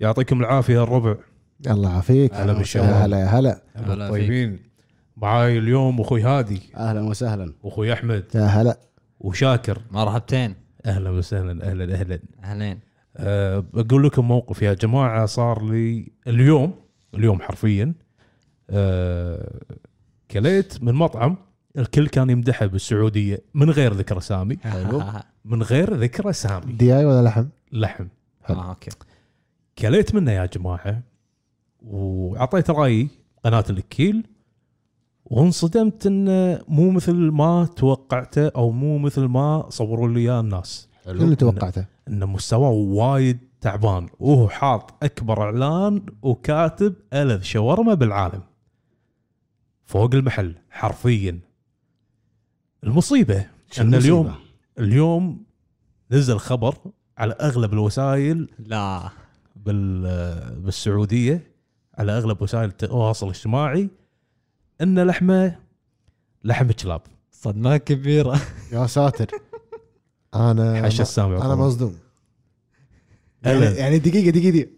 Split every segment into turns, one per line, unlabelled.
يعطيكم العافيه يا الربع
الله يعافيك
هلا بالشباب.
هلا هلا
هلا فيك.
طيبين معاي اليوم اخوي هادي
اهلا وسهلا
واخوي احمد
يا هلا
وشاكر
مرحبتين
اهلا وسهلا اهلا اهلا
اهلين
أه بقول لكم موقف يا جماعه صار لي اليوم اليوم حرفيا أه كليت من مطعم الكل كان يمدحه بالسعوديه من غير ذكر سامي
حلو.
من غير ذكر سامي
دياي ولا لحم؟
لحم
آه، اوكي
كليت منه يا جماعه وعطيت رايي قناه الاكيل وانصدمت انه مو مثل ما توقعته او مو مثل ما صوروا لي اياه الناس
شنو اللي توقعته؟
ان مستواه وايد تعبان وهو حاط اكبر اعلان وكاتب الذ شاورما بالعالم فوق المحل حرفيا المصيبه ان اليوم اليوم نزل خبر على اغلب الوسائل
لا
بال بالسعوديه على اغلب وسائل التواصل الاجتماعي ان لحمه لحم كلاب
صدمه كبيره
يا ساتر انا
حاشا السامع
انا
طبعاً.
مصدوم يعني,
ألد.
يعني دقيقه دقيقه دقيقه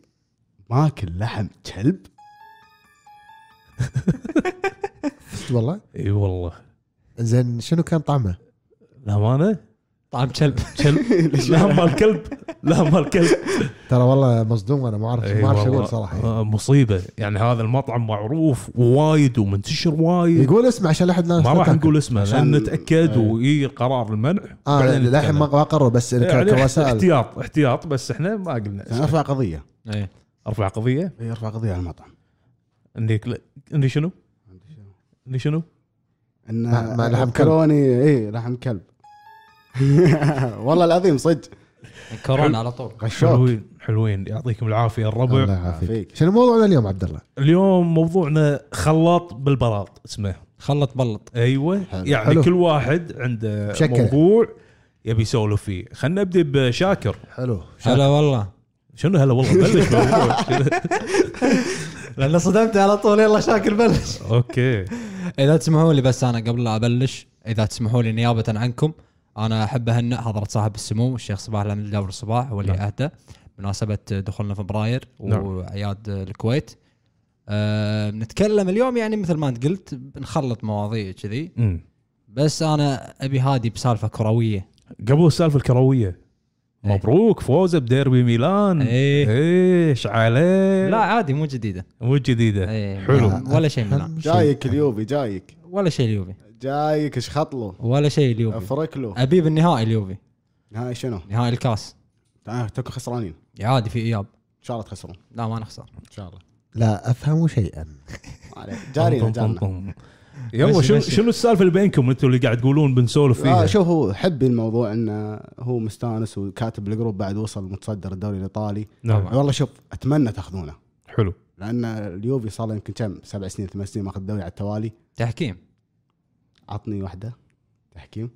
ماكل لحم كلب؟ شفت والله
اي والله
زين شنو كان طعمه؟
الامانه
طعم كلب
كلب لا مال كلب لا مال كلب
ترى والله مصدوم انا ما اعرف
إي
ما اعرف شو
إيه، والله.
اقول صراحه
آه، مصيبه يعني هذا المطعم معروف وايد ومنتشر وايد
يقول اسمع عشان إيه، لا إيه. احد
ما راح نقول اسمه
عشان-
لان نتاكد ويجي قرار المنع
اه
بعدين
للحين
نتكلم.
ما ما قرر بس
يعني
ك- كوسائل
احتياط احتياط بس احنا ما قلنا اسمه.
ارفع قضيه
إيه.
ارفع قضيه
ارفع قضيه إيه، على المطعم
اني كل- اني شنو؟ اني شنو؟
ان
مع- مع لحم كلب.
كلوني اي إيه، لحم كلب والله العظيم صدق
كورونا على طول
غشوك
حلوين حلوين يعطيكم العافيه الربع
الله يعافيك
يعافيك.
شنو موضوعنا اليوم عبد الله؟
اليوم موضوعنا خلاط بالبلاط اسمه
خلط بلط
ايوه
حلو.
يعني
حلو.
كل واحد عنده
بشكل.
موضوع يبي يسولف فيه خلينا نبدا بشاكر
حلو
هلا والله
شنو هلا والله بلش بالموضوع
لان صدمت على طول يلا شاكر بلش
اوكي
اذا تسمحوا لي بس انا قبل لا ابلش اذا تسمحوا لي نيابه عنكم انا احب اهنئ حضره صاحب السمو الشيخ صباح الامل داور الصباح واللي
نعم.
اهدى بمناسبه دخولنا فبراير
نعم.
واعياد الكويت أه نتكلم اليوم يعني مثل ما انت قلت بنخلط مواضيع كذي
أمم.
بس انا ابي هادي بسالفه كرويه
قبل السالفه الكرويه
إيه.
مبروك فوزه بديربي ميلان
إيه.
ايش عليه
لا عادي مو جديده
مو جديده
إيه،
إيه. حلو
ولا شيء ميلان
أهم
نعم.
شيء.
جايك اليوبي جايك
ولا شيء اليوفي
جايك ايش خطله
ولا شيء اليوفي
افرك له
ابي بالنهائي اليوفي
هاي شنو؟
نهائي الكاس
تعال توكم خسرانين ان
عادي في اياب
شاء الله تخسرون
لا ما نخسر
ان شاء الله
لا افهم شيئا
ما عليك.
طم-
جارينا
طم- طم-
جارنا
طم. يلا
مشي-
شنو
مشي.
شنو السالفه اللي بينكم انتم اللي قاعد تقولون بنسولف فيها
آه شوف هو حبي الموضوع انه هو مستانس وكاتب الجروب بعد وصل متصدر الدوري الايطالي
نعم
والله شوف اتمنى تاخذونه
حلو
لان اليوفي صار له يمكن كم سبع سنين ثمان سنين ماخذ الدوري على التوالي
تحكيم
عطني واحده تحكيم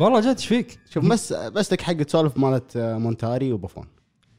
والله جد ايش فيك؟
شوف بس بس لك حق تسولف مالت آه، مونتاري وبوفون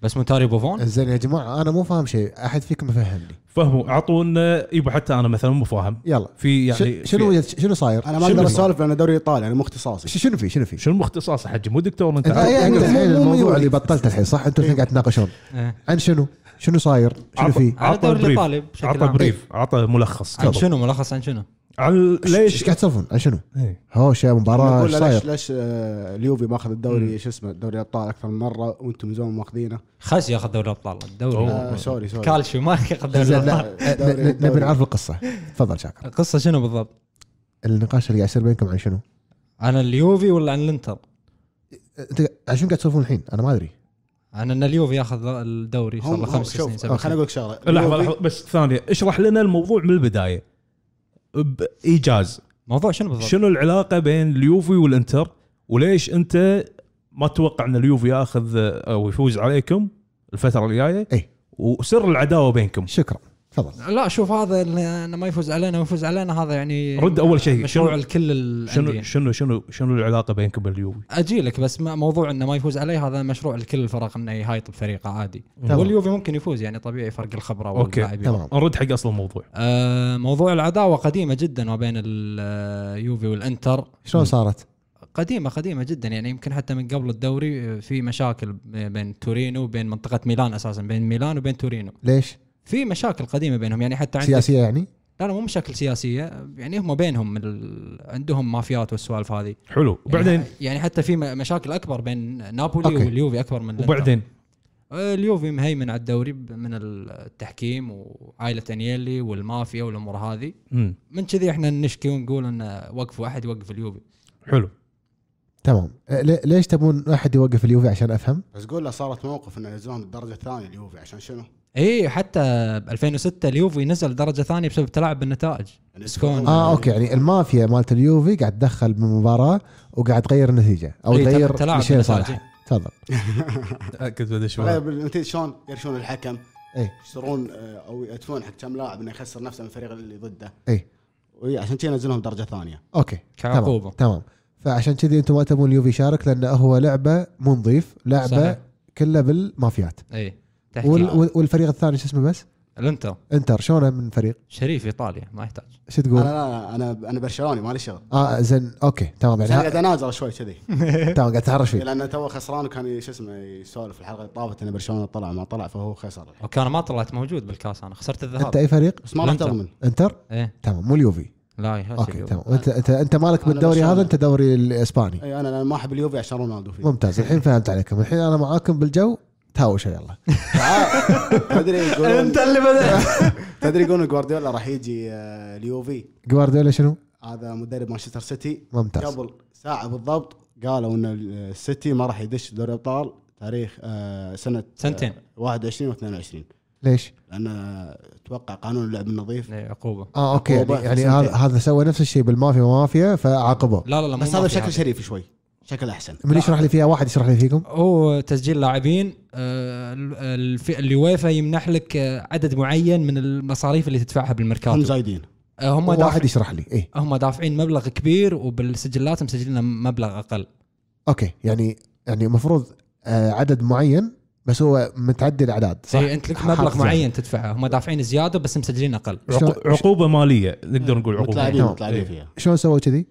بس مونتاري
إيه.
بوفون
زين يا جماعه انا مو فاهم شيء احد فيكم يفهمني
فهموا اعطونا يبا حتى انا مثلا مو فاهم
يلا
في يعني
ش- شنو
في
شنو صاير؟
انا
شنو
ما اقدر
اسمه؟
اسولف لان دوري ايطالي انا مو
ش-
اختصاصي
شنو في شنو في؟
شنو مختصاصه حجي مو دكتور
انت
انت
آه،
عارف؟
يعني
يعني
الحين
مو- مو-
الموضوع
مو-
اللي بطلت الحين صح انتم الحين قاعد تناقشون
إيه.
عن شنو؟ شنو صاير؟ شنو
عطى-
في؟
على
عطى
الدوري
بريف.
الايطالي بشكل
عطى
عام
بريف عطى ملخص
عن طيب، شنو ملخص عن شنو؟
عن
ايش
ليش
قاعد تسولفون؟ عن شنو؟
إيه.
هوشه مباراه
نقول
ايش
ليش
صاير؟
ليش آه، اليوفي ماخذ الدوري شو اسمه الدوري الابطال اكثر من مره وانتم من زمان ماخذينه
خس ياخذ دوري الابطال الدوري
أوه.
آه، سوري سوري
كالشيو ما ياخذ دوري
زين
الابطال
لا
دوري-
ن- ن- نبي
دوري.
نعرف القصه تفضل شاكر
القصه شنو بالضبط؟
النقاش اللي قاعد يصير بينكم عن شنو؟
عن اليوفي ولا عن الانتر؟
انت عن شنو قاعد تسولفون الحين؟ انا ما ادري
عن ان اليوفي ياخذ الدوري صار
هم
له خمس سنين سبع
خليني
سنين
اقول لك شغله
لحظه
اليوفي-
لحظه بس ثانيه اشرح لنا الموضوع من البدايه بايجاز
موضوع شنو بالضبط؟
شنو العلاقه بين اليوفي والانتر وليش انت ما تتوقع ان اليوفي ياخذ او يفوز عليكم الفتره الجايه
اي
وسر العداوه بينكم
شكرا تفضل
لا شوف هذا انه ما يفوز علينا ويفوز علينا هذا يعني
رد أول شيء.
مشروع
شنو-
الكل
شنو
الانديه
شنو شنو شنو العلاقه بينكم باليوفي
اجيلك بس ما- موضوع انه ما يفوز عليه هذا مشروع لكل الفرق انه يهايط بفريقه عادي
تمام.
واليوفي ممكن يفوز يعني طبيعي فرق الخبره
أوكي.
واللاعبين
تمام
نرد حق اصل الموضوع
آه، موضوع العداوه قديمه جدا ما بين اليوفي والانتر
شلون صارت؟
قديمه قديمه جدا يعني يمكن حتى من قبل الدوري آه، في مشاكل ب- بين تورينو وبين منطقه ميلان اساسا بين ميلان وبين تورينو
ليش؟
في مشاكل قديمه بينهم يعني حتى عندك
سياسيه يعني؟
لا لا مو مشاكل سياسيه يعني هم بينهم من ال... عندهم مافيات والسوالف هذه
حلو وبعدين
يعني, يعني حتى في م- مشاكل اكبر بين نابولي
أوكي.
أوكي. واليوفي اكبر من الإنتر.
وبعدين
آه، اليوفي مهيمن على الدوري ب- من التحكيم وعائله انيلي والمافيا والامور هذه
امم
من كذي احنا نشكي ونقول ان وقف واحد يوقف اليوفي
حلو
تمام أه، لي- ليش تبون احد يوقف اليوفي عشان افهم؟
بس قول له صارت موقف انه ينزلون بالدرجه الثانيه اليوفي عشان شنو؟
اي حتى ب 2006 اليوفي نزل درجه ثانيه بسبب تلاعب بالنتائج
يعني
سكون.
اه اوكي يعني المافيا مالت اليوفي قاعد تدخل بالمباراه وقاعد تغير النتيجه او
إيه،
تغير
تلاعب
لشيء
بالنتائج.
صالح تفضل
كنت بدش
غير بالنتيجة طيب، شلون يرشون الحكم
ايه
يشترون آه، او يدفعون حق كم لاعب انه يخسر نفسه من الفريق اللي ضده
اي
وي عشان كذا ينزلهم درجه ثانيه
اوكي
كعقوبة.
إيه. تمام, تمام. فعشان كذي انتم ما تبون اليوفي يشارك لانه هو لعبه مو نظيف لعبه
صحيح.
كلها بالمافيات
اي تحكيم
وال وال- والفريق الثاني شو اسمه بس؟
الانتر
انتر شلونه من فريق؟
شريف ايطاليا ما يحتاج
شو
انا
تقول؟
لا انا انا برشلوني مالي شغل
اه زين اوكي تمام
بس أنا قاعد
يعني
اناظر شوي كذي
ها- تمام قاعد تهرش فيه
لانه تو خسران وكان شو اسمه يسولف الحلقه اللي طافت ان برشلونه طلع ما طلع فهو خسر
وكان ما طلعت موجود بالكاس انا خسرت
انت
الذهاب
اي فريق؟
بس ما راح
الإنتر.
تضمن
انتر؟
ايه
تمام مو اليوفي
لا يا
اوكي
شيخ.
تمام انت انت انت مالك
أنا
بالدوري
برشلونة.
هذا انت دوري الاسباني
اي انا أنا ما احب اليوفي عشان رونالدو فيه
ممتاز الحين فهمت عليكم الحين انا معاكم بالجو تهاوشوا يلا
تدري يقولون
اللي بدات
تدري يقولون جوارديولا راح يجي آه، اليوفي
جوارديولا شنو؟
هذا مدرب مانشستر سيتي
ممتاز
قبل ساعه بالضبط قالوا ان السيتي ما راح يدش دوري ابطال تاريخ آه، سنه
سنتين
21 و22
ليش؟
لان آه، اتوقع قانون اللعب النظيف
إيه، عقوبه
اه اوكي يعني,
عقوبة
يعني
سنتين.
هذا هذا سوى نفس الشيء بالمافيا ومافيا فعاقبه
لا لا لا مو
بس هذا
مافيا
بشكل شريف شوي شكل احسن
من يشرح لي فيها واحد يشرح لي فيكم
هو تسجيل لاعبين آه، ال- الف- اليويفا يمنح لك آه، عدد معين من المصاريف اللي تدفعها
هم
بالميركاتو
زايدين
آه، هم
واحد
دافعين
يشرح لي ايه
هم دافعين مبلغ كبير وبالسجلات مسجلين مبلغ اقل
اوكي يعني يعني المفروض آه عدد معين بس هو متعدي الاعداد صح؟ يعني.
صح انت إيه، لك
حاط
مبلغ
زيادة.
معين تدفعه هم دافعين زياده بس مسجلين اقل
شلون-
عقوبه ماليه نقدر نقول عقوبه
متلاعبين
تمام.
متلاعبين
إيه.
فيها
شلون سووا كذي؟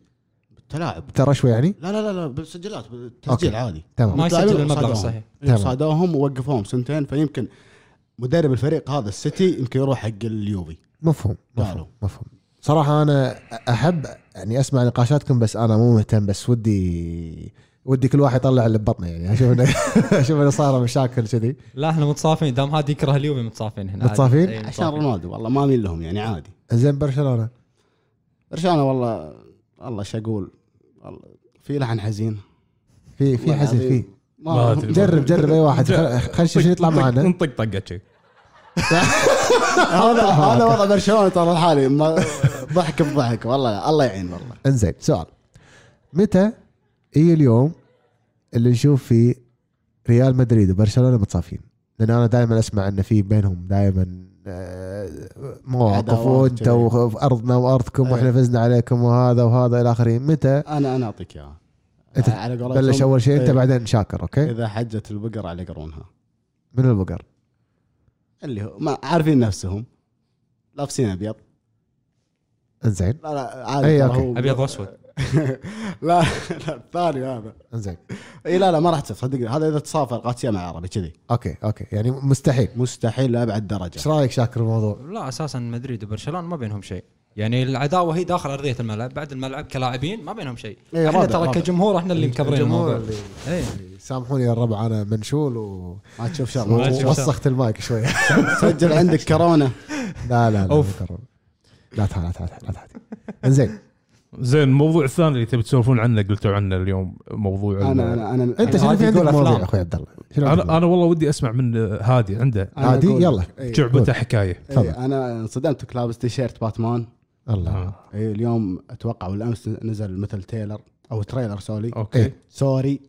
تلاعب
ترشوا يعني؟
لا لا لا لا بالسجلات بالتسجيل
أوكي.
عادي
تمام
ما
متلاعبين
يسجل المبلغ
وصادوهم.
الصحيح
تمام.
صادوهم ووقفوهم سنتين فيمكن مدرب الفريق هذا السيتي يمكن يروح حق اليوفي
مفهوم
قالوا.
مفهوم مفهوم صراحه انا احب يعني اسمع نقاشاتكم بس انا مو مهتم بس ودي ودي كل واحد يطلع اللي ببطنه يعني اشوف انه اشوف انه صار مشاكل كذي
لا احنا متصافين دام هذا يكره اليوفي متصافين هنا عادي.
متصافين؟
إيه،
عشان رونالدو والله ما اميل لهم يعني عادي
زين برشلونه
برشلونه والله والله ايش اقول والله في لحن حزين
في في
والله
حزن
العظيم.
في
ما
ما
أدري.
جرب جرب اي واحد خل- خل شو يطلع
طق-
معنا
طيب، نطق طقه شيء
آه،
هذا هذا وضع برشلونه ترى الحالي ما- ضحك بضحك والله الله يعين والله
انزين سؤال متى اي اليوم اللي نشوف فيه ريال مدريد وبرشلونه متصافين؟ لان انا دائما اسمع ان في بينهم دائما آه، مواقف
عداوات إيه.
وانت
كذي.
وارضنا وارضكم
أي.
واحنا فزنا عليكم وهذا وهذا الى اخره، متى
انا انا اعطيك اياها
أنت
على قولتهم،
بلش اول شيء انت
إيه.
بعدين شاكر اوكي؟
اذا حجت البقر على قرونها
من البقر
اللي هو ما عارفين نفسهم لابسين ابيض
انزين
لا لا عادي
أي،
ترى
إيه، أوكي.
هو-
ابيض واسود
لا لا الثاني هذا
انزين
اي لا لا ما راح تصير صدق هذا اذا تصافر قاتسيا مع عربي كذي
اوكي اوكي يعني مستحيل
مستحيل لابعد
ايش
درجه
رايك شاكر الموضوع؟
لا اساسا مدريد وبرشلونه ما بينهم شيء يعني العداوه هي داخل ارضيه الملعب بعد الملعب كلاعبين ما بينهم شيء
إيه،
احنا
رابع،
ترى
رابع.
كجمهور احنا اللي مكبرين
الجمهور
الموضوع
اللي-
ايه
سامحوني يا الربع انا منشول و...
ما تشوف شر
ووسخت المايك شويه
سجل عندك كورونا
لا لا لا
أوف.
مكرر. لا تعال لا تعال لا تعال انزين
زين الموضوع الثاني اللي تبي تسولفون عنه قلتوا عنه اليوم موضوع ال-
انا انا انا
انت
أنا
شنو في
عادي
عندك
أقول
مواضيع
أفلام.
اخوي عبد الله شنو عندك
انا انا والله ودي اسمع من آه، هادي عنده
أنا
عادي
أقول-
يلا
إيه.
جعبته حكايه
تفضل.
إيه، انا انصدمت كنت لابس تيشيرت باتمان
الله
آه.
إيه، اليوم اتوقع والامس نزل مثل تيلر او تريلر سوري
اوكي
إيه.
سوري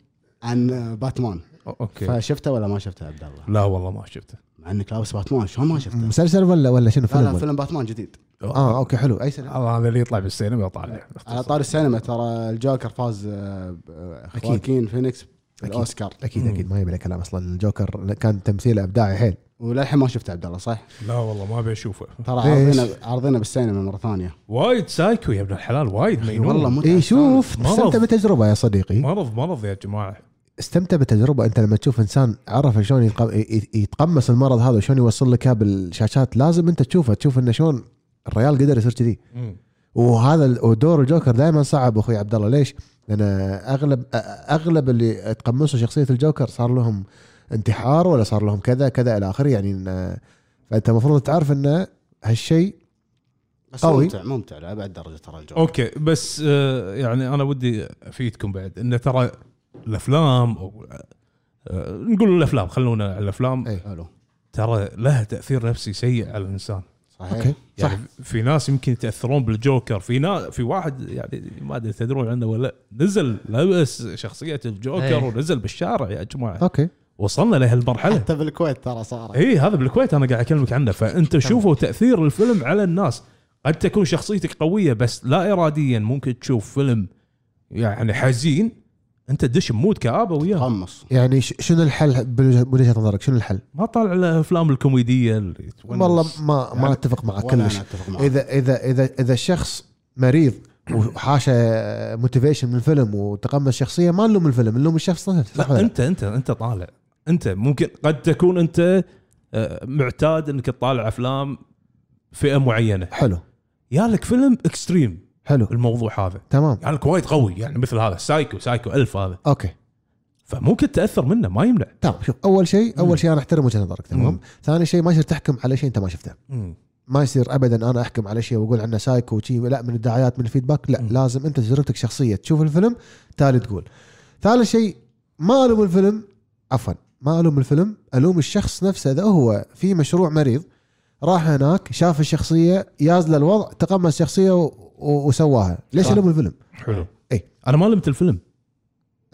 عن باتمان
أو- اوكي
فشفته ولا ما شفته عبد الله؟
لا والله ما شفته
مع انك لابس باتمان شلون ما شفته؟
مسلسل ولا ولا شنو
لا
فيلم
لا
ولا؟
فيلم باتمان جديد
اه اوكي حلو اي سنه
الله هذا اللي يطلع بالسينما يطالع
على طار السينما ترى الجوكر فاز آه، ب- آه،
أكيد.
خواكين فينيكس بالاوسكار
اكيد اكيد ما يبي له كلام اصلا الجوكر كان تمثيله ابداعي حيل
وللحين ما شفت عبد الله صح؟
لا والله ما ابي اشوفه
ترى
ليش؟
عارضينه عارضينه بالسينما مره ثانيه
وايد سايكو يا ابن الحلال وايد مجنون
إيه، والله متعة
اي شوف
مرض.
استمتع بالتجربه يا صديقي
مرض مرض يا جماعه
استمتع بالتجربه انت لما تشوف انسان عرف شلون يتق- ي- يتقمص المرض هذا وشلون يوصل لك اياه بالشاشات لازم انت تشوفه تشوف انه شلون الريال قدر يصير كذي
مم.
وهذا ال- ودور الجوكر دائما صعب اخوي عبد الله ليش؟ لان اغلب أ- اغلب اللي تقمصوا شخصيه الجوكر صار لهم انتحار ولا صار لهم كذا كذا الى اخره يعني إن فانت المفروض تعرف ان هالشيء
بس
قوي.
ممتع ممتع لابعد درجه ترى الجو
اوكي بس آه، يعني انا ودي افيدكم بعد انه ترى الافلام أو آه، نقول الافلام خلونا على الافلام
أي.
حلو
ترى لها تاثير نفسي سيء على الانسان
صحيح
اوكي
يعني صح. في ناس يمكن يتاثرون بالجوكر في ناس في واحد يعني ما ادري تدرون عنه ولا نزل لبس شخصيه الجوكر
إيه.
ونزل بالشارع يا جماعه
اوكي
وصلنا لهالمرحله
حتى طيب. بالكويت ترى صار
اي هذا بالكويت انا قاعد اكلمك عنه فانت شوفوا تاثير الفيلم على الناس قد تكون شخصيتك قويه بس لا اراديا ممكن تشوف فيلم يعني حزين انت تدش بمود كابه وياه
قمص
يعني ش- شنو الحل بالوجه- من وجهه نظرك شنو الحل؟
ما طالع الافلام الكوميديه اللي تونس.
والله ما ما
يعني
اتفق معك
ولا
كلش
أنا أتفق معك.
اذا اذا اذا اذا الشخص مريض وحاشه موتيفيشن من الفيلم وتقمص شخصيه ما نلوم الفيلم نلوم الشخص نفسه صح
لا
ولا لا؟
انت انت انت طالع انت ممكن قد تكون انت آه، معتاد انك تطالع افلام فئه معينه
حلو
يا لك فيلم اكستريم
حلو
الموضوع هذا
تمام
يعني الكويت قوي يعني مثل هذا سايكو سايكو الف هذا
اوكي
فممكن تاثر منه ما يمنع
تمام شوف اول شيء اول شيء انا احترم وجهه نظرك
مم.
تمام ثاني شيء ما يصير تحكم على شيء انت ما شفته
مم.
ما يصير ابدا انا احكم على شيء واقول عنه سايكو وشي لا من الدعايات من الفيدباك لا
مم.
لازم انت تجربتك شخصيه تشوف الفيلم تالي تقول ثالث شيء ما الوم الفيلم عفوا ما الوم الفيلم الوم الشخص نفسه اذا هو في مشروع مريض راح هناك شاف الشخصيه يازل الوضع تقمص الشخصيه و... و... وسواها ليش
صح.
الوم الفيلم
حلو
إي.
انا ما لمت الفيلم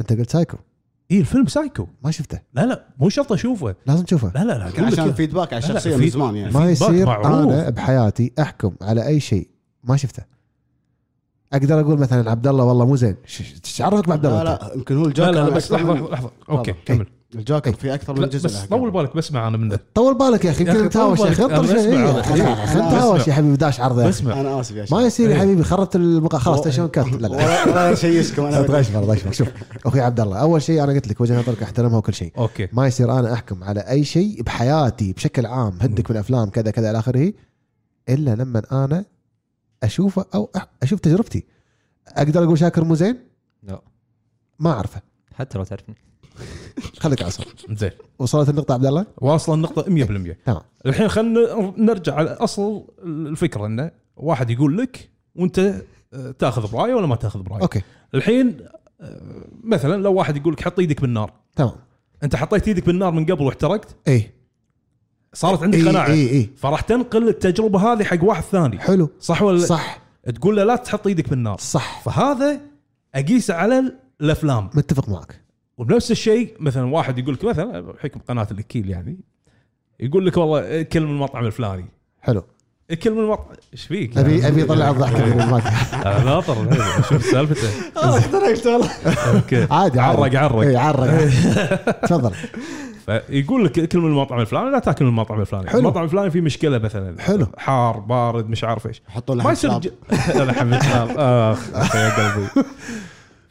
انت قلت سايكو
اي الفيلم سايكو
ما شفته
لا لا مو شرط اشوفه
لازم تشوفه
لا لا لا أقول لك
عشان
كذا.
الفيدباك على
لا، لا،
الشخصيه
في-
من زمان يعني
ما
الفيدباك
يصير
معروف.
انا بحياتي احكم على اي شيء ما شفته اقدر اقول مثلا عبد الله والله مو زين ش- ش- ايش عرفك بعبد الله
لا
أنت؟
لا يمكن هو
لا
الجوكر
لا
أكثر
بس لحظه
من-
لحظه, لحظة. اوكي
تفضل.
كمل
الجوكر في اكثر
لا
من جزء
بس
له.
طول بالك بسمع انا منه
طول بالك يا اخي
يا
يمكن
أخي
نتهاوش
طول
يا اخي
بالك.
خطر
أنا
شيء
بسمع.
إيه، خلينا-
أنا-
خلينا
أنا
نتهاوش يا
بسمع.
حبيبي داش عرض يا أخي.
بسمع
انا اسف يا شباب
ما يصير يا
إيه.
حبيبي خربت المقا خلاص
و-
تشون كات لا لا
ولا ولا شيشكم
لا
انا
تغشمر تغشمر شوف اخوي عبد الله اول شيء انا قلت لك وجهه نظرك احترمها وكل شيء
اوكي
ما يصير انا احكم على اي شيء بحياتي بشكل عام هدك من افلام كذا كذا الى اخره الا لما انا اشوفه او أح- اشوف تجربتي اقدر اقول شاكر مو زين؟
لا
ما اعرفه
حتى لو تعرفني
خليك عصر
زين
وصلت النقطه عبد الله؟
واصله النقطه 100%
تمام
الحين خلينا نرجع على اصل الفكره انه واحد يقول لك وانت آه، تاخذ برايه ولا ما تاخذ برايه
اوكي
الحين آه، مثلا لو واحد يقول لك حط ايدك بالنار
تمام إيه.
انت حطيت ايدك بالنار من قبل واحترقت
اي
صارت عندك
اي
قناعه
اي اي
فراح تنقل التجربه هذه حق واحد ثاني
إيه، حلو
صح ولا صح.
صح
تقول له لا تحط ايدك بالنار
صح
فهذا اقيسه على ال- الافلام
متفق معك
وبنفس الشيء مثلا واحد يقول لك مثلا حكم قناه الاكيل يعني يقول لك والله اكل من المطعم الفلاني
حلو
اكل من المطعم ايش فيك؟
ابي ابي اطلع الضحك اللي معك.
أنا ناطر شوف سالفته
احترقت والله
اوكي
عادي
عرق
اي
عرق
عرق تفضل
فيقول لك اكل من المطعم الفلاني لا تاكل من المطعم الفلاني
حلو.
المطعم الفلاني فيه مشكله مثلا
حلو.
حار بارد مش عارف ايش
حطوا
ما
له
يصير ج... انا حمد شباب اخ أخ يا قلبي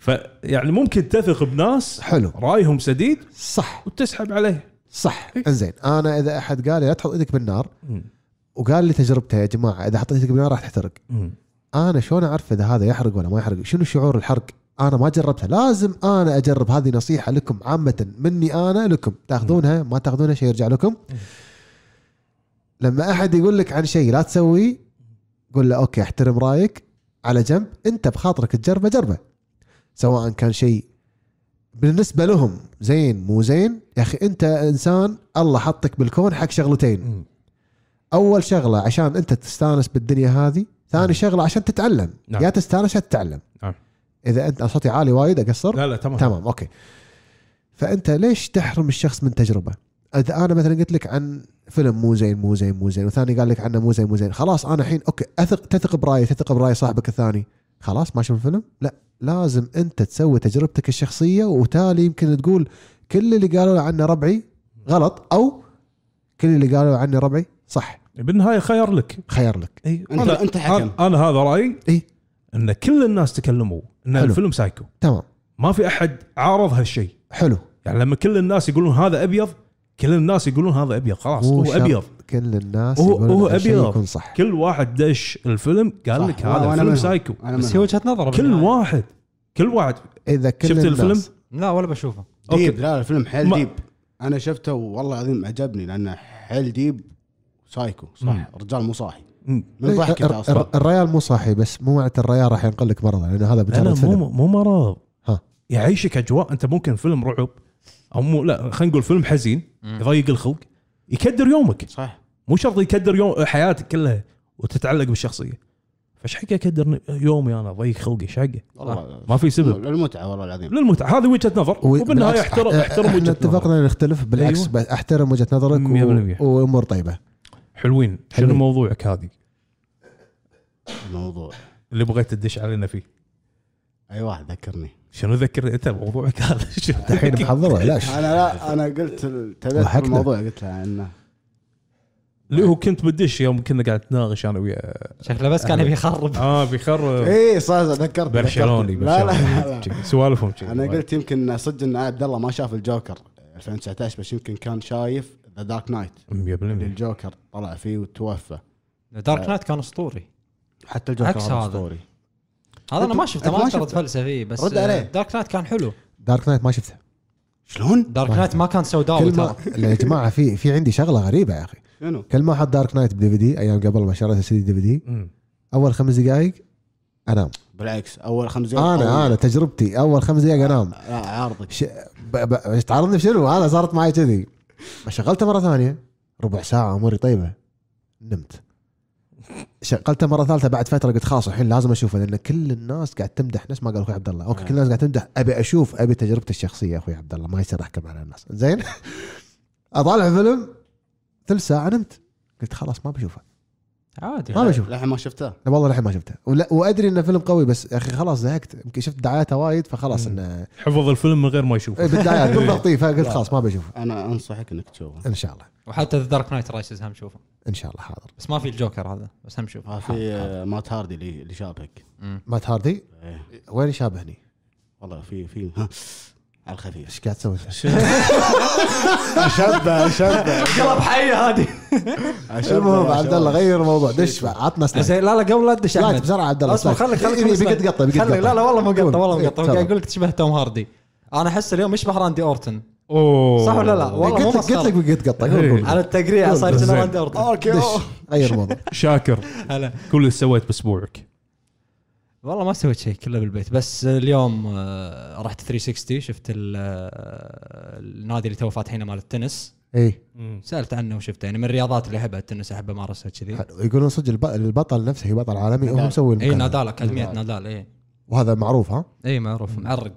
فيعني ممكن تثق بناس
حلو
رايهم سديد
صح
وتسحب عليه إيه؟
صح
إي.
انزين انا اذا احد قال لي لا تحط ايدك بالنار
مم.
وقال لي تجربته يا جماعه اذا حطيت ايدك بالنار راح تحترق
مم.
انا شلون اعرف اذا هذا يحرق ولا ما يحرق شنو شعور الحرق انا ما جربتها لازم انا اجرب هذه نصيحه لكم عامه مني انا لكم تاخذونها ما تاخذونها شيء يرجع لكم لما احد يقول لك عن شيء لا تسويه قول له اوكي احترم رايك على جنب انت بخاطرك تجربه جربه سواء كان شيء بالنسبه لهم زين مو زين يا اخي انت انسان الله حطك بالكون حق شغلتين
مم.
اول شغله عشان انت تستانس بالدنيا هذه ثاني شغله عشان تتعلم
نعم.
نعم. يا تستانس يا تتعلم
نعم.
اذا انت أنا صوتي عالي وايد اقصر
لا لا تمام
تمام اوكي فانت ليش تحرم الشخص من تجربه اذا انا مثلا قلت لك عن فيلم مو زين مو زين مو زين وثاني قال لك عنه مو زين مو زين خلاص انا الحين اوكي اثق تثق برايي تثق براي صاحبك الثاني خلاص ما شوف الفيلم لا لازم انت تسوي تجربتك الشخصيه وتالي يمكن تقول كل اللي قالوا عنه ربعي غلط او كل اللي قالوا عني ربعي صح
بالنهايه خيار لك
خيار لك
اي
أنت- أنت حكم.
أنا- انا هذا رايي
إي.
ان كل الناس تكلموا ان
إيه. حلو.
الفيلم سايكو
تمام
ما في احد عارض هالشيء
حلو
يعني لما كل الناس يقولون هذا ابيض كل الناس يقولون هذا ابيض خلاص
مو
هو
شرط
ابيض
كل الناس
هو-
يقولون
هو
هالشيء
أبيض.
يكون صح
كل واحد دش الفيلم قال
صح.
لك
وأنا-
هذا
وأنا
الفيلم
منهم.
سايكو
انا
بس
بس
هي وجهه نظر
كل
بالنهاية.
واحد كل واحد
اذا كل
شفت
الناس
الفيلم؟
لا ولا بشوفه
أوكي.
ديب لا الفيلم حيل
ما-
ديب انا شفته والله العظيم عجبني لانه حيل ديب سايكو
مم.
صح الرجال مو صاحي
مم.
من ضحكته
الر-
اصلا
الر- إيه، الريال مو صاحي بس مو معناته الريال راح ينقلك مرض لان هذا
لا
مجرد
لا مو
فيلم
مو مرض
ها.
يعيشك اجواء انت ممكن فيلم رعب او مو لا خلينا نقول فيلم حزين
مم.
يضيق الخلق يكدر يومك
صح
مو شرط يكدر يوم حياتك كلها وتتعلق بالشخصيه فايش حق يكدر يومي انا ضيق خلقي ايش حقه؟
والله
ما في سبب
للمتعه والله العظيم
للمتعه هذه وجهه نظر
و-
وبالنهايه
بالعكس،
احترم
أ- أ-
احترم
احنا
وجهه نظر
اتفقنا نختلف بالعكس
أيوة.
بس احترم وجهه نظرك
مية بالمية.
و... وامور طيبه
حلوين شنو
حلوين.
موضوعك هذه
الموضوع
اللي بغيت تدش علينا فيه؟
اي واحد ذكرني
شنو ذكرني انت بموضوعك هذا شنو
الحين
ذكرني؟
محضره لا ش-
انا لا انا قلت ال- تذكر
ضحكنا.
الموضوع قلت لها انه
اللي هو كنت بدش يوم كنا قاعد نتناقش انا ويا
شكله بس كان يبي يخرب
اه بيخرب
اي صح صح، ذكرت
برشلوني
ذكرت. إيه. لا لا لا
برشلوني. سوالفهم شي.
انا قلت يمكن صدق ان عبد الله ما شاف الجوكر 2019 بس يمكن كان شايف ذا دارك نايت
100%
اللي الجوكر طلع فيه وتوفى
دارك نايت كان اسطوري
حتى الجوكر
عكس هذا.
هذا اسطوري
هذا انا ما شفته
أنت
ما
ما
اقدر
شفته.
اتفلسف فيه بس
رد عليه.
آه، دارك نايت كان حلو
دارك نايت ما شفته
شلون؟
دارك نايت ما كان
آه،
سوداوي
كل ما
ترى
يا جماعه في في عندي شغله غريبه يا اخي
شنو؟
كل ما احط دارك نايت بدي في دي ايام قبل ما شريت السي دي في دي اول خمس دقائق انام
بالعكس اول خمس دقائق
طيب.
انا انا تجربتي اول خمس دقائق انام
لا عارضك
ش... ب... ب... إيش تعرضني بشنو انا صارت معي كذي شغلته مره ثانيه ربع ساعه اموري طيبه نمت شغلته مره ثالثه بعد فتره قلت خلاص الحين لازم اشوفه لان كل الناس قاعد تمدح نفس ما قال اخوي عبد الله اوكي كل الناس قاعد تمدح ابي اشوف ابي تجربتي الشخصيه اخوي عبد الله ما يصير احكم على الناس زين اطالع فيلم ثلث ساعه نمت قلت خلاص ما بشوفه
عادي
ما بشوفه
للحين ما شفته
لا والله الحين ما شفته ولا وادري انه فيلم قوي بس يا اخي خلاص زهقت يمكن شفت دعاياته وايد فخلاص انه
حفظ الفيلم من غير ما يشوفه
إيه، بالدعايات بالضبط إيه، فقلت خلاص ما بشوفه
انا انصحك انك تشوفه
ان شاء الله
وحتى ذا دارك نايت رايسز هم شوفه
ان شاء الله حاضر
بس ما في الجوكر هذا بس هم شوفه
آه، في آه، مات هاردي اللي اللي شابك
مات هاردي
إيه.
وين يشابهني؟
والله في في ها، على الخفيف
ايش قاعد تسوي؟
اشبه اشبه
قلب حيه هذه
المهم عبد الله غير الموضوع دش بقى، عطنا سلايد
زين لا لا قبل لا تدش
طيب. لا
أحمد.
بسرعه عبد الله
اصبر خليك خليك
إيه،
خليك-
إيه، بقيت قطه بقيت
خليك-
قطه
لا لا والله مو قطه والله مو
إيه،
قطه
تفضل.
قاعد اقول لك تشبه توم هاردي انا احس اليوم يشبه راندي اورتن
اوه
صح ولا لا؟ والله مو
قلت لك قلت لك
مسخرة.
بقيت قطه قول،
إيه.
قول.
على التقريع صار
زين.
كنا راندي اورتن
اوكي
دش غير الموضوع
شاكر
هلا
كل اللي سويت باسبوعك
والله ما سويت شيء كله بالبيت بس اليوم آه، رحت 360 شفت ال- آه، النادي اللي تو فاتحينه مال التنس
اي
سالت عنه وشفته يعني من الرياضات اللي احبها التنس احب امارسها كذي
يقولون صدق الب- البطل نفسه هي بطل عالمي هو مسوي
اي
المكان.
نادال اكاديميه نادال اي
وهذا معروف ها
اي معروف معرق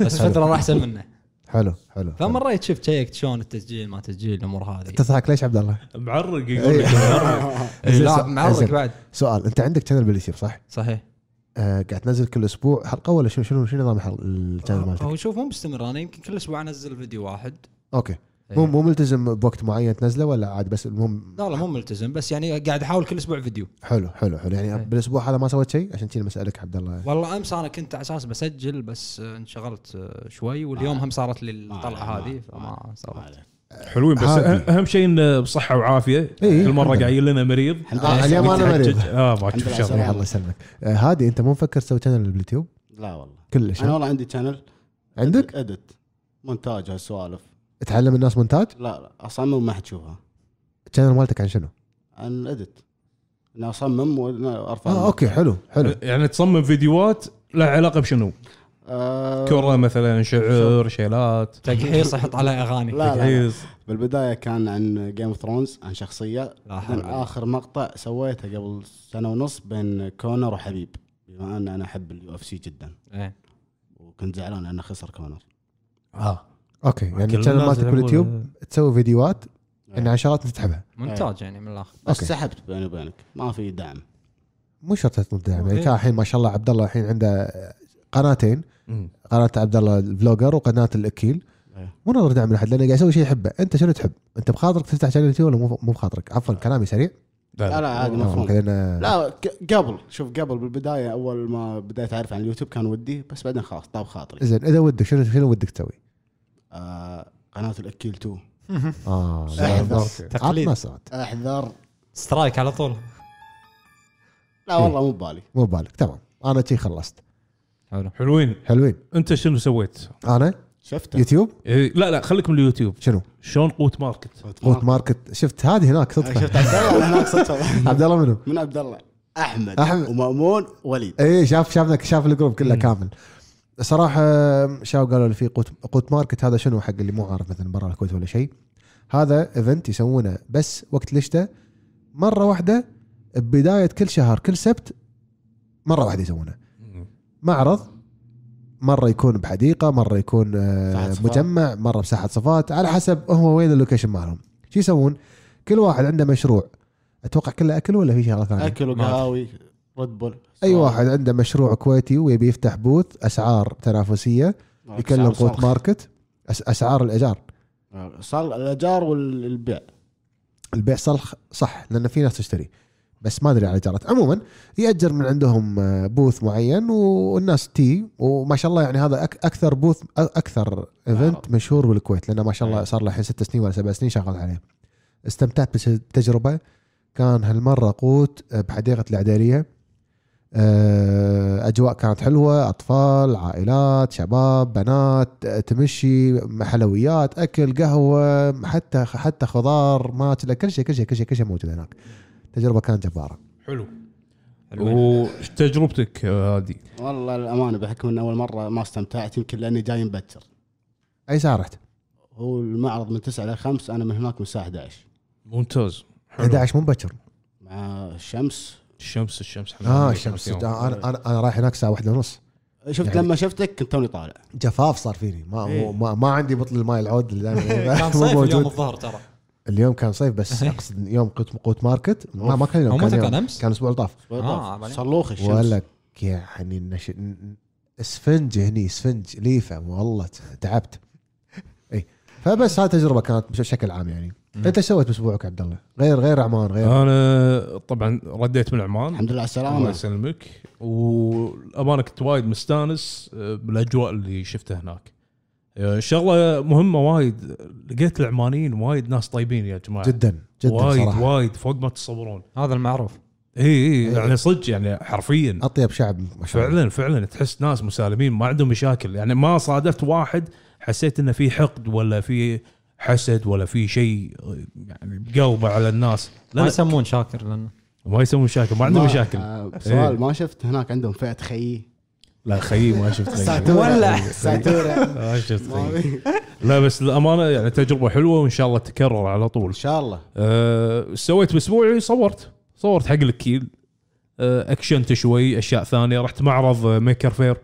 بس فتره راح احسن منه
حلو حلو حلو.
فمريت شفت شيكت شلون التسجيل ما تسجيل الامور هذه
تضحك ليش عبد الله؟
معرق
إيه.
إيه.
يقول لك
زين،
اللاعب
سؤال-
معرق
زين.
بعد
سؤال انت عندك شانل باليوتيوب صح؟
صحيح
آه، قاعد تنزل كل اسبوع حلقه ولا شنو شنو شنو نظام الحل- الشانل مالتك؟
هو شوف مو مستمر انا يمكن كل اسبوع انزل فيديو واحد
اوكي
إيه.
مو مو ملتزم بوقت معين تنزله ولا عاد بس المهم
لا لا مو ملتزم بس يعني قاعد احاول كل اسبوع فيديو
حلو حلو حلو يعني
إيه.
بالاسبوع هذا ما سويت شيء عشان كذا بسالك عبد الله
والله امس انا كنت على اساس بسجل بس آه، انشغلت آه، شوي واليوم هم صارت لي الطلعه
ما-
هذه
ما-
فما صارت
حلوين بس
عادي.
أه- اهم شيء انه بصحه وعافيه
إيه،
كل مره
الحمد
قاعد لنا مريض
الحمد
آه،
لله
اليوم أنا
متعجج.
مريض.
اه ما
الحمد
تشوف
لله.
شر
إيه، الله يسلمك آه، هادي انت مو مفكر تسوي شانل باليوتيوب
لا والله
كل
انا
شيء
والله عندي شانل
عندك
ادت مونتاج هالسوالف
تعلم الناس مونتاج
لا لا اصمم ما حد يشوفها
الشانل مالتك عن شنو؟
عن الادت اني اصمم وارفع
اه اوكي حلو حلو
إيه.
يعني تصمم فيديوهات لها علاقه بشنو؟
آه،
كره مثلا شعر شيلات
تقحيص احط عليه اغاني
لا لا
تجهيز.
بالبدايه كان عن جيم اوف ثرونز عن شخصيه
لا حول
بعدين
ولا قوة.
اخر مقطع سويته قبل سنه ونص بين كونر وحبيب بما ان انا احب اليو اف سي جدا
إيه.
وكنت زعلان انه خسر كونر
اه
اوكي يعني
كل
الشانل
الناس
مالتك
يحبون-
باليوتيوب تسوي فيديوهات ان
إيه.
عشرات أنت تسحبها
مونتاج يعني من الاخر
بس
أوكي.
سحبت بيني وبينك ما في دعم
مو شرط تطلب دعم يعني
إيه.
أوكي.
كان الحين ما شاء الله عبد الله الحين عنده قناتين
مم.
قناه عبد الله الفلوجر وقناه الاكيل
إيه.
مو ناظر دعم من احد لانه قاعد يسوي شيء يحبه انت شنو تحب؟ انت بخاطرك تفتح شانل تي ولا مو مو بخاطرك؟ عفوا كلامي سريع
لا لا آه. عادي
آه،
مفهوم
كذا
لا ك- قبل شوف قبل بالبدايه اول ما بديت اعرف عن اليوتيوب كان ودي بس بعدين خلاص طاب خاطري
زين اذا ودك شنو شنو ودك تسوي؟
آه قناه الاكيل 2
اه
أحدث.
بالضبط. عطنا صوت
احذر
سترايك على طول
لا والله مو ببالي
مو ببالك تمام انا شي خلصت
حلو
حلوين
حلوين
انت شنو سويت؟
انا
شفته
يوتيوب
إيه، لا لا خليك من اليوتيوب
شنو؟
شلون قوت ماركت
قوت ماركت شفت هذه هناك
أنا
صدفه
آه. شفت عبد الله أنا طيب، هناك صدفه
عبد الله منو؟
من عبد الله احمد
أحمد.
ومامون وليد
اي إيه، شاف شافنا شاف الجروب كله كامل صراحه شاو قالوا لي في قوت قوت ماركت هذا شنو حق اللي مو عارف مثلا برا الكويت ولا شيء هذا ايفنت يسوونه بس وقت الشتاء مره واحده ببدايه كل شهر كل سبت مره واحده يسوونه معرض مره يكون بحديقه مره يكون آه،
ساحة صفات.
مجمع مره بساحه صفات على حسب هو وين اللوكيشن مالهم شو يسوون كل واحد عنده مشروع اتوقع كله اكل ولا في شغله ثانيه
اكل وقهاوي ريد بول
اي واحد عنده مشروع كويتي ويبي يفتح بوث اسعار تنافسيه يكلم قوت ماركت أس- اسعار الايجار
صار الاجار والبيع
البيع صلخ صح لان في ناس تشتري بس ما ادري على الايجارات عموما ياجر من عندهم آه، بوث معين والناس تي وما شاء الله يعني هذا أك- اكثر بوث أ- اكثر ايفنت مشهور بالكويت لانه ما شاء الله صار له الحين ست سنين ولا سبع سنين شغال عليه استمتعت بس- بالتجربه كان هالمره قوت آه، بحديقه العديريه آه، اجواء كانت حلوه اطفال عائلات شباب بنات آه، تمشي حلويات اكل قهوه حتى حتى خضار ما تلا كل شيء كل شيء كل شيء كل شيء موجود هناك التجربه كانت جباره
حلو
حلوين.
وش تجربتك آه، هذه؟
والله الامانه بحكم ان اول مره ما استمتعت يمكن لاني جاي مبكر
اي ساعه رحت؟
هو المعرض من 9 ل 5 انا من هناك من الساعه 11
ممتاز حلو
11 مو مبكر
مع الشمس
الشمس الشمس إحنا
اه
عندنا
الشمس
يوم.
آه، انا
إيه.
انا انا رايح هناك الساعه واحدة ونص
شفت
يعني-
لما شفتك كنت توني طالع
جفاف صار فيني ما
إيه.
ما, ما عندي بطل الماي العود اللي دائما
إيه، كان
مو
صيف اليوم
موجود
الظهر ترى
اليوم كان صيف بس اقصد يوم قوت قوت ماركت ما ما كان
هو
يوم
متى
يوم.
كان أمس؟
كان اسبوع طاف
آه، بعدين.
صلوخ الشمس
ولك يعني النش... اسفنج هني اسفنج ليفه والله تعبت اي فبس هاي التجربه كانت بشكل عام يعني انت ايش سويت باسبوعك عبد الله؟ غير غير عمان
آه.
غير
انا طبعا رديت من عمان
الحمد لله على
الله
السلامه
يسلمك والامانه كنت وايد مستانس آه، بالاجواء اللي شفتها هناك آه، شغله مهمه وايد لقيت العمانيين وايد ناس طيبين يا جماعه
جدا جدا
وايد
صراحه
وايد فوق ما تتصورون
هذا المعروف
اي اي يعني صدق يعني حرفيا
اطيب شعب ما شاء الله
فعلا فعلا تحس ناس مسالمين ما عندهم مشاكل يعني ما صادفت واحد حسيت انه في حقد ولا في حسد ولا في شيء يعني بقلبه على الناس لا
ما
لا
يسمون شاكر لانه
ما يسوون مشاكل ما عندهم مشاكل
آه، سؤال
إيه.
ما شفت هناك عندهم فئه خيي
لا خيي ما شفت خيي.
ولع.
ساتوره
ما شفت خيي. آه، لا بس الامانه يعني تجربه حلوه وان شاء الله تكرر على طول
ان شاء الله
أه سويت باسبوعي صورت صورت حق الكيل أه اكشنت شوي اشياء ثانيه رحت معرض آه، ميكر فير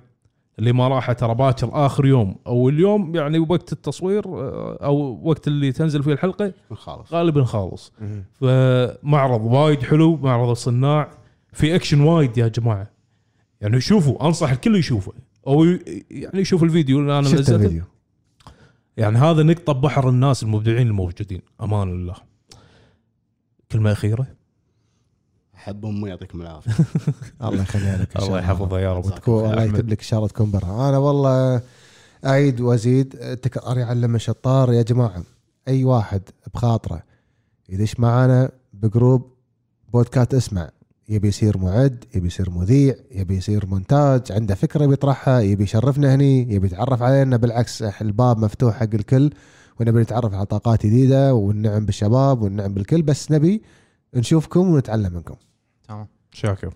اللي ما راحه ترى باكر اخر يوم او اليوم يعني وقت التصوير آه، او وقت اللي تنزل فيه الحلقه
خالص
غالبا خالص فمعرض وايد حلو معرض الصناع في اكشن وايد يا جماعه يعني شوفوا انصح الكل يشوفه او ي- يعني يشوف الفيديو اللي انا
شفت
نزلته
الفيديو
يعني هذا نقطة بحر الناس المبدعين الموجودين أمان الله كلمة أخيرة
احب امي يعطيكم العافيه
الله يخليها لك إن شاء
الله يحفظه يا رب
تكون الله يكتب لك ان شاء الله تكون برا انا والله اعيد وازيد تكرار يعلم الشطار يا جماعه اي واحد بخاطره يدش معانا بجروب بودكاست اسمع يبي يصير معد يبي يصير مذيع يبي يصير مونتاج عنده فكره بيطرحها يبي يشرفنا هني يبي يتعرف علينا بالعكس إح- الباب مفتوح حق الكل ونبي نتعرف على طاقات جديده والنعم بالشباب والنعم بالكل بس نبي نشوفكم ونتعلم منكم
تمام
شاكر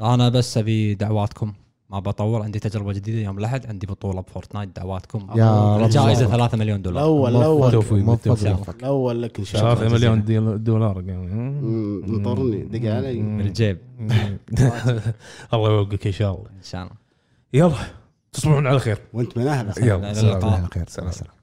انا بس ابي دعواتكم ما بطول عندي تجربه جديده يوم الاحد عندي بطوله بفورتنايت دعواتكم
يا رب
الجائزه
الله.
3 مليون دولار
الاول الاول
بالتوفيق.
موفق
بالتوفيق.
موفق
الاول لك ان شاء الله
3 مليون ديل- دولار يعني.
مم، انطرني دق علي
من الجيب
الله يوفقك إن شاء الله
ان شاء الله
يلا تصبحون على خير
وانت من اهله
يلا
إلى اللقاء.
خير سلام